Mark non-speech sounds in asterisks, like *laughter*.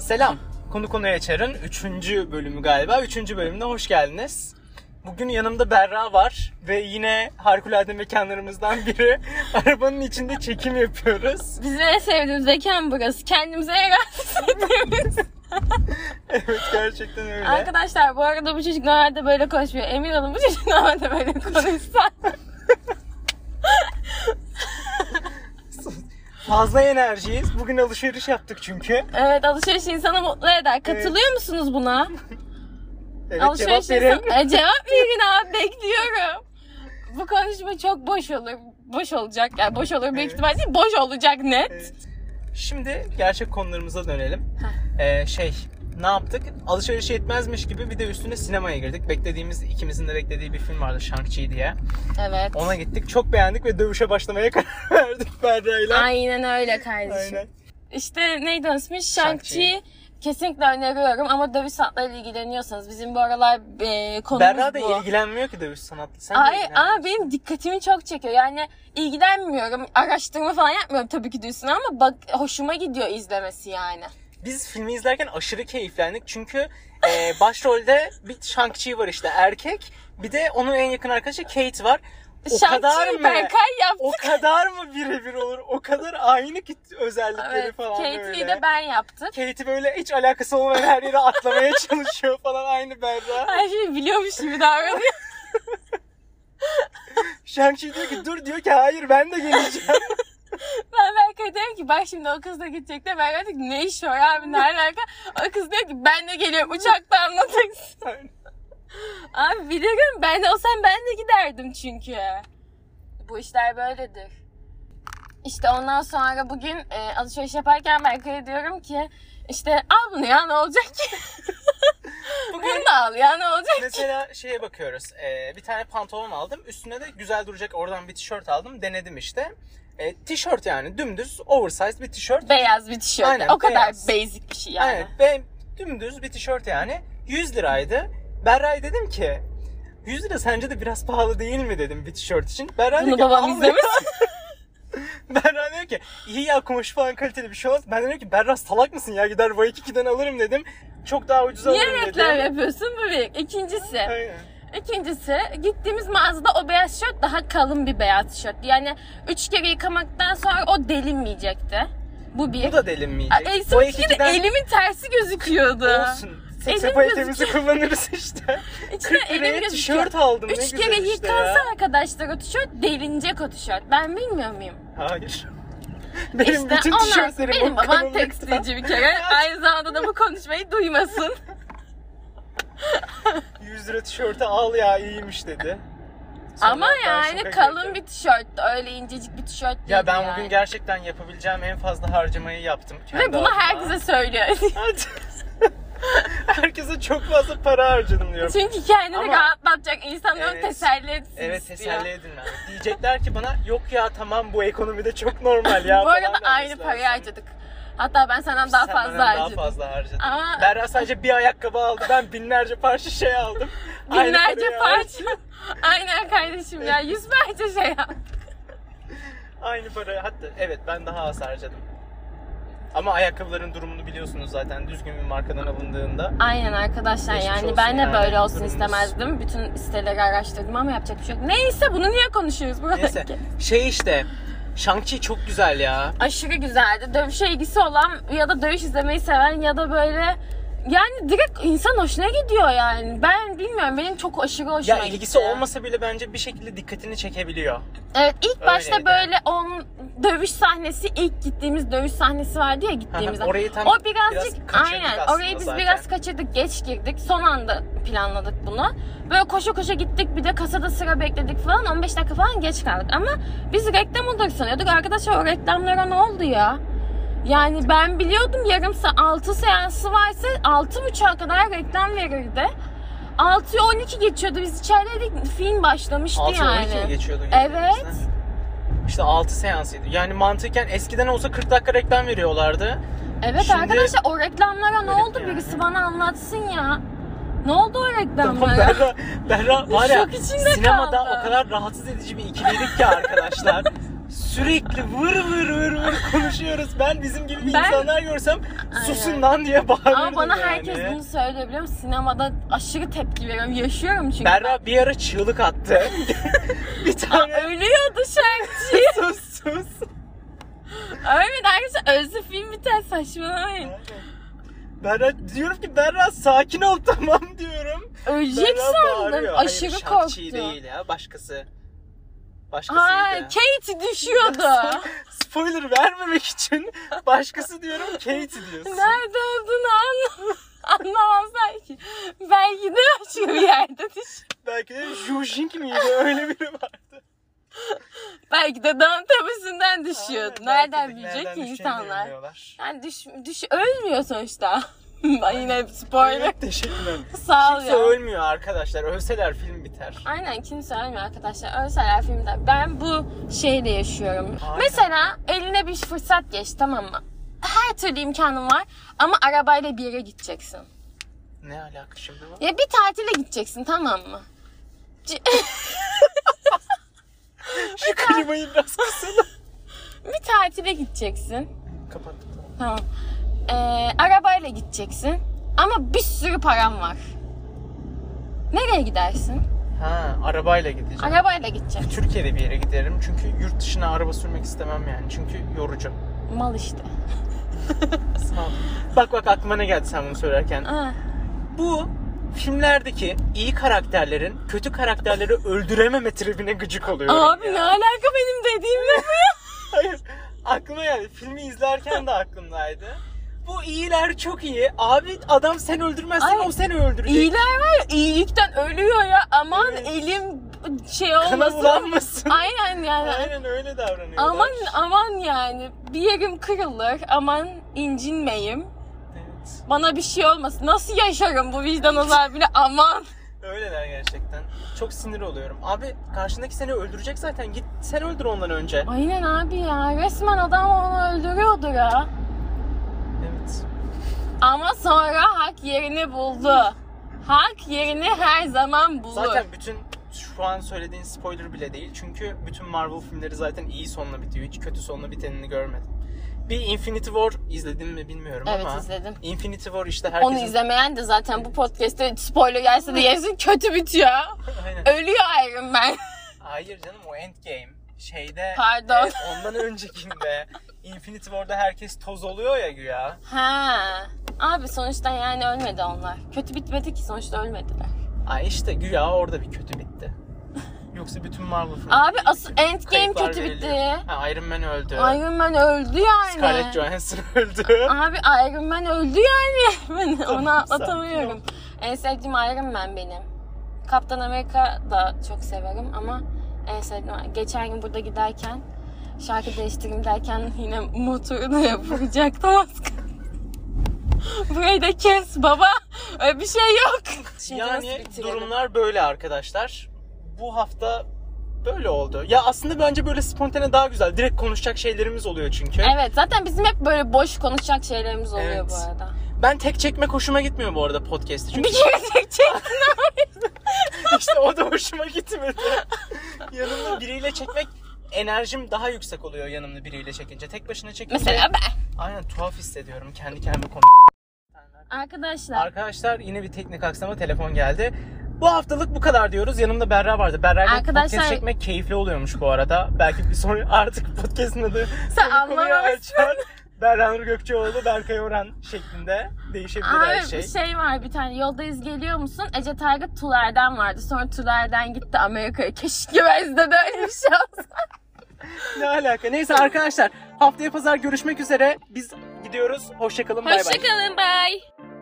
Selam. Konu konuya açarın 3. bölümü galiba. 3. bölümüne hoş geldiniz. Bugün yanımda Berra var ve yine harikulade mekanlarımızdan biri. *laughs* Arabanın içinde çekim yapıyoruz. *laughs* Bizim en sevdiğimiz mekan burası. Kendimize en rahat hissettiğimiz. Evet gerçekten öyle. Arkadaşlar bu arada bu çocuk normalde böyle konuşmuyor. Emin olun bu çocuk normalde böyle konuşsa. Fazla enerjiyiz. Bugün alışveriş yaptık çünkü. Evet alışveriş insanı mutlu eder. Katılıyor musunuz buna? Evet alışveriş cevap verin. insanı- E, cevap verin abi bekliyorum. Bu konuşma çok boş olur. Boş olacak. Yani boş olur büyük Evet. ihtimal değil. Boş olacak net. Evet. Şimdi gerçek konularımıza dönelim. Heh. Ee, şey ne yaptık? Alışveriş yetmezmiş gibi bir de üstüne sinemaya girdik. Beklediğimiz, ikimizin de beklediği bir film vardı Shang-Chi diye. Evet. Ona gittik. Çok beğendik ve dövüşe başlamaya *laughs* karar verdik Berra'yla. Aynen öyle kardeşim. Aynen. İşte neydi ismi? Shang-Chi. Shang-Chi. Kesinlikle öneriyorum ama dövüş sanatlarıyla ilgileniyorsanız bizim bu aralar e, konumuz Berra da bu. ilgilenmiyor ki dövüş sanatlı. Sen de Ay, ilgilen. aa, benim dikkatimi çok çekiyor. Yani ilgilenmiyorum, araştırma falan yapmıyorum tabii ki diyorsun ama bak hoşuma gidiyor izlemesi yani. Biz filmi izlerken aşırı keyiflendik. Çünkü e, *laughs* başrolde bir Shang-Chi var işte erkek. Bir de onun en yakın arkadaşı Kate var. O kadar Shang-Chi mı? Berkay yaptı. O kadar mı birebir olur? O kadar aynı ki özellikleri Evet, falan Katie'yi böyle. de ben yaptım. Kate'i böyle hiç alakası olmayan her yere atlamaya *laughs* çalışıyor falan aynı Berra. Her şeyi biliyormuş gibi davranıyor. *laughs* Shang-Chi diyor ki dur diyor ki hayır ben de *laughs* geleceğim. ben Berkay diyorum ki bak şimdi o kız da gidecek de Berkay diyor ki ne iş var abi ne alaka? O kız diyor ki ben de geliyorum uçakta anlatacaksın. Abi bilirim ben de olsam ben de giderdim çünkü. Bu işler böyledir. İşte ondan sonra bugün e, alışveriş yaparken Berkay'a diyorum ki işte al bunu ya ne olacak *laughs* ki? bunu da al ya ne olacak? Mesela şeye bakıyoruz. Ee, bir tane pantolon aldım. Üstüne de güzel duracak oradan bir tişört aldım. Denedim işte. Ee, tişört yani dümdüz oversized bir tişört. Beyaz bir tişört. Aynen, o kadar beyaz. basic bir şey yani. Evet ben dümdüz bir tişört yani 100 liraydı. Berra'ya dedim ki 100 lira sence de biraz pahalı değil mi dedim bir tişört için. Berra Bunu diyor ki, babam "Al." izlemiş. *laughs* Berra diyor ki iyi ya kumaş falan kaliteli bir şey olmaz. Ben de diyorum ki Berra salak mısın ya gider Y2'den alırım dedim. Çok daha ucuza Niye alırım dedim. reklam yapıyorsun bu bir. İkincisi. Aynen. İkincisi gittiğimiz mağazada o beyaz tişört daha kalın bir beyaz tişört. Yani üç kere yıkamaktan sonra o delinmeyecekti. Bu bir. Bu da Ay, delinmeyecek. Elsa fikri de elimin tersi gözüküyordu. E, olsun. Elim Sepay gözüküyor. temizi kullanırız işte. İçine 40 elim liraya gözüküyor. tişört aldım ne Üç güzel kere işte ya. yıkansa arkadaşlar o tişört delinecek o tişört. Ben bilmiyor muyum? Hayır. Benim işte bütün ondan tişörtlerim benim o babam kalınlıkta. tekstilci bir *laughs* kere. Aynı zamanda da bu konuşmayı duymasın. 100 lira tişörtü al ya iyiymiş dedi. Sonra Ama ben yani şoka kalın girdim. bir tişörttü. Öyle incecik bir tişört değildi Ya ben yani. bugün gerçekten yapabileceğim en fazla harcamayı yaptım. kendi Ve bunu adıma. *laughs* herkese söylüyor. *laughs* Herkese çok fazla para harcadım diyorum. Çünkü kendini Ama- rahatlatacak. İnsanları Evet. teselli etsin Evet istiyor. teselli edin ben. Diyecekler ki bana yok ya tamam bu ekonomide çok normal ya. *laughs* Bu arada falan aynı demesi parayı lazım. harcadık. Hatta ben senden daha Sen fazla benden harcadım. Daha fazla harcadın. Ama- Berra sadece bir ayakkabı aldı. Ben binlerce parça şey *laughs* aldım. Aynı Binlerce parayı parça. *laughs* Aynen kardeşim ya. Yüz parça şey yap. Aynı para. Hatta evet ben daha az harcadım. Ama ayakkabıların durumunu biliyorsunuz zaten düzgün bir markadan *laughs* alındığında. Aynen arkadaşlar Geçmiş yani olsun ben de yani böyle olsun durumumuz. istemezdim. Bütün siteleri araştırdım ama yapacak bir şey yok. Neyse bunu niye konuşuyoruz burada? Neyse şey işte Shang-Chi çok güzel ya. Aşırı güzeldi. Dövüşe ilgisi olan ya da dövüş izlemeyi seven ya da böyle yani direkt insan hoşuna gidiyor yani. Ben bilmiyorum benim çok aşırı hoşuma Ya ilgisi gitti. olmasa bile bence bir şekilde dikkatini çekebiliyor. Evet ilk başta Öyleydi. böyle on dövüş sahnesi ilk gittiğimiz dövüş sahnesi vardı ya gittiğimiz. Aha, orayı tam o birazcık biraz kaçırdık aynen aslında orayı biz zaten. biraz kaçırdık geç girdik son anda planladık bunu. Böyle koşa koşa gittik bir de kasada sıra bekledik falan 15 dakika falan geç kaldık ama biz reklam olur sanıyorduk arkadaşlar o reklamlara ne oldu ya? Yani ben biliyordum yarım saat 6 seansı varsa 6.30'a kadar reklam verirdi. 6'ya 12 geçiyordu biz içerideydik film başlamıştı 6 yani. 12 mi geçiyordu? Evet. gözümüzden? İşte 6 seansıydı. Yani mantıken eskiden olsa 40 dakika reklam veriyorlardı. Evet Şimdi- arkadaşlar o reklamlara ne Garip oldu yani. birisi bana anlatsın ya. Ne oldu o Tamam reklamlara? Berra, Berra var ya Şok içinde sinemada kaldım. o kadar rahatsız edici bir ikiliydik ki arkadaşlar. Sürekli vır vır vır vır konuşuyoruz. Ben bizim gibi bir Ben- insanlar görsem susun lan diye bağırırdım Ama bana yani. herkes bunu söylüyor biliyor musun? Sinemada aşırı tepki veriyorum. Yaşıyorum çünkü. Berra bir ara çığlık attı. *laughs* bir tane Ölüyordu *laughs* şarkıcı. sus sus. Ölmedi arkadaşlar. Ölse film biter saçmalamayın. Berra diyorum ki Berra sakin ol *laughs* tamam diyorum. Ölecek Berra sandım. bağırıyor. Aşırı Hayır, korktu. şarkıcı değil ya başkası. Başkasıydı. Ha, Kate *laughs* düşüyordu. Spoiler vermemek için başkası diyorum Kate diyorsun. Nerede olduğunu anlam *laughs* anlamam belki. Belki de başka bir yerde düş. Belki de Jujink miydi öyle biri vardı. Belki de dağın tepesinden düşüyordu. Belki de Nereden bilecek ki düşeceğini insanlar? bilmiyorlar. Yani düş, düş ölmüyor sonuçta. *laughs* Ay, Yine spoiler. Evet teşekkürler. Sağ ol Kimse ya. ölmüyor arkadaşlar. Ölseler film biter. Aynen kimse ölmüyor arkadaşlar. Ölseler filmde. Ben bu şeyle yaşıyorum. Aynen. Mesela eline bir fırsat geç tamam mı? Her türlü imkanın var ama arabayla bir yere gideceksin. Ne alaka şimdi bu? Ya bir tatile gideceksin tamam mı? C- Şu klimayı biraz kısın. *laughs* bir tatile gideceksin. Kapattık tamam. Tamam. Ee, arabayla gideceksin. Ama bir sürü param var. Nereye gidersin? Ha arabayla gideceğim. Arabayla gideceksin. Türkiye'de bir yere giderim çünkü yurt dışına araba sürmek istemem yani çünkü yorucu. Mal işte. Sağ ol. Bak bak aklıma ne geldi sen bunu söylerken. Ah, Bu filmlerdeki iyi karakterlerin kötü karakterleri öldürememe tribine gıcık oluyorum. Abi ya. ne alaka benim dediğimle *laughs* bu? Hayır. Aklıma geldi. Filmi izlerken de aklımdaydı. Bu iyiler çok iyi. Abi adam sen öldürmezsen Ay, o seni öldürecek. İyiler var ya iyilikten ölüyor ya. Aman Evet. elim şey Kana olmasın. bulanmasın. Aynen yani. Aynen öyle davranıyorlar. Aman aman yani. Bir yerim kırılır. Aman incinmeyim. Evet. Bana bir şey olmasın. Nasıl yaşarım *laughs* bu vicdan azabıyla? Aman. Öyleler gerçekten. Çok sinir oluyorum. Abi karşındaki seni öldürecek zaten. Git sen öldür ondan önce. Aynen abi ya. Resmen adam onu öldürüyordu ya. Evet. Ama sonra hak yerini buldu. Hak yerini her zaman bulur. Zaten bütün şu an söylediğin spoiler bile değil. Çünkü bütün Marvel filmleri zaten iyi sonla bitiyor. Hiç kötü sonla bitenini görmedim. Bir Infinity War izledin mi bilmiyorum Evet, ama. izledim. Infinity War işte herkesin... Onu izlemeyen de zaten bu podcast'te spoiler gelse de yesin kötü bitiyor. Aynen. Ölüyor Iron *laughs* Man. Hayır canım o Endgame. Şeyde... Pardon. e, *laughs* ondan öncekinde Infinity War'da herkes toz oluyor ya güya. ha. Abi sonuçta yani ölmedi onlar. Kötü bitmedi ki sonuçta ölmediler. Ay işte güya orada bir kötü bitti. Yoksa bütün Marvel filmleri... Abi asıl Endgame Kayıplar kötü bitti. veriliyor. Ha, Iron Man öldü. Iron Man öldü yani. Scarlett Johansson öldü. Abi Iron Man öldü yani. *laughs* Ben Tamam, onu atlatamıyorum. En sevdiğim Iron Man benim. Kaptan Amerika da çok severim ama en sevdiğim geçen gün burada giderken şarkı değiştireyim derken *laughs* yine motorunu yapacaktım az kaldı. *laughs* Burayı da kes baba. Öyle bir şey yok. Şimdi nasıl yani bitirelim? durumlar böyle arkadaşlar. Bu hafta böyle oldu. Ya aslında bence böyle spontane daha güzel. Direkt konuşacak şeylerimiz oluyor çünkü. Evet zaten bizim hep böyle boş konuşacak şeylerimiz oluyor Evet. bu arada. Ben tek çekmek hoşuma gitmiyor bu arada podcast'i. Çünkü Bir şey kere tek çektin abi. *laughs* işte o da hoşuma *laughs* gitmedi. yanımda biriyle çekmek enerjim daha yüksek oluyor yanımda biriyle çekince. Tek başına çekince Mesela ben. aynen tuhaf hissediyorum kendi kendime konu. Arkadaşlar Arkadaşlar yine bir teknik aksama telefon geldi. Bu haftalık bu kadar diyoruz. Yanımda Berra vardı. Berra Arkadaşlar- podcast çekmek keyifli oluyormuş bu arada. Belki bir sonra *laughs* artık podcast'ın adı Sen konu konuyu anlamamışsın. açar. Berra Nur Gökçeoğlu, Berkay Orhan şeklinde değişebilir her Abi şey. bir şey var bir tane yoldayız geliyor musun? Ece Targa Tuler'den vardı. Sonra Tuler'den gitti Amerika'ya. Keşke ben de öyle bir şey olsa. Ne alaka? Neyse arkadaşlar haftaya pazar görüşmek üzere. Biz gidiyoruz. Hoşçakalın. Bay bay. Hoşçakalın bay.